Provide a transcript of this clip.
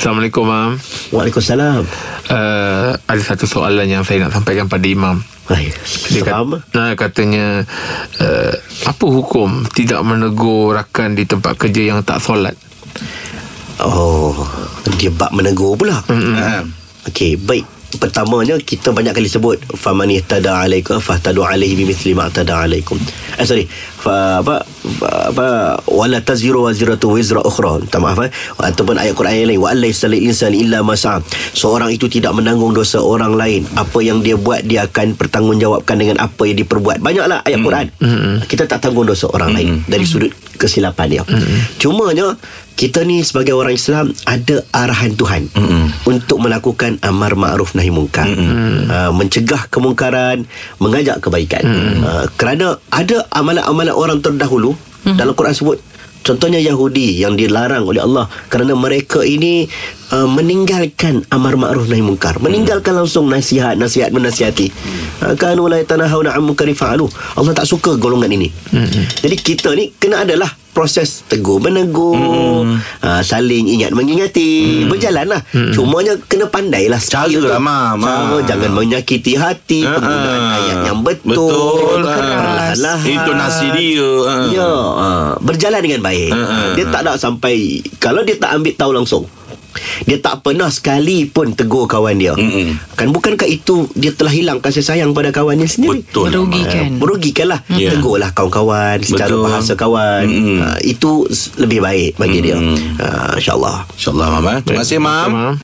Assalamualaikum Mam Waalaikumsalam uh, Ada satu soalan yang saya nak sampaikan pada Imam Hai Dia kat, Seram nah, katanya uh, Apa hukum tidak menegur rakan di tempat kerja yang tak solat Oh Dia bab menegur pula Ha. Okey baik Pertamanya kita banyak kali sebut famani tada alaikum fahtadu alaihi bimithli ma tada alaikum. Eh sorry. Fa apa fa- apa wala taziru waziratu wizra ukhra. Minta maaf eh. Ataupun ayat Quran yang lain wa allaisa lil insan illa ma sa'a. Seorang itu tidak menanggung dosa orang lain. Apa yang dia buat dia akan pertanggungjawabkan dengan apa yang diperbuat. Banyaklah ayat Quran. Kita tak tanggung dosa orang lain dari sudut kesilapan dia. Cumanya kita ni sebagai orang Islam ada arahan Tuhan untuk melakukan amar ma'ruf nahi mungkar uh, mencegah kemungkaran mengajak kebaikan uh, kerana ada amalan-amalan orang terdahulu dalam Quran sebut contohnya Yahudi yang dilarang oleh Allah kerana mereka ini uh, meninggalkan amar ma'ruf nahi mungkar meninggalkan langsung nasihat nasihat menasihati uh, kanu la yatanahawna 'an munkari fa'alu Allah tak suka golongan ini jadi kita ni kena adalah proses tegur menegur mm. uh, saling ingat mengingati mm. berjalanlah mm. cumanya kena pandailah Cara skill tu. lah, Mam. Cara, Ah. jangan menyakiti hati Ah, penggunaan ah. ayat yang betul Betul lah. perlahan-lahan. Intonasi dia, ah. ya ah, berjalan dengan baik Ah, ah, dia tak nak sampai kalau dia tak ambil tahu langsung dia tak pernah sekali pun tegur kawan dia Mm-mm. kan bukankah itu dia telah hilang kasih sayang pada kawannya sendiri Betul lah, Mam. Eh, Merugikan merugikan lah Ya. yeah. tegurlah kawan-kawan secara Betul. bahasa kawan Mm-mm. Ah, itu s- lebih baik bagi dia Mm. uh, insyaallah InsyaAllah Mam eh. Terima kasih Mam Mam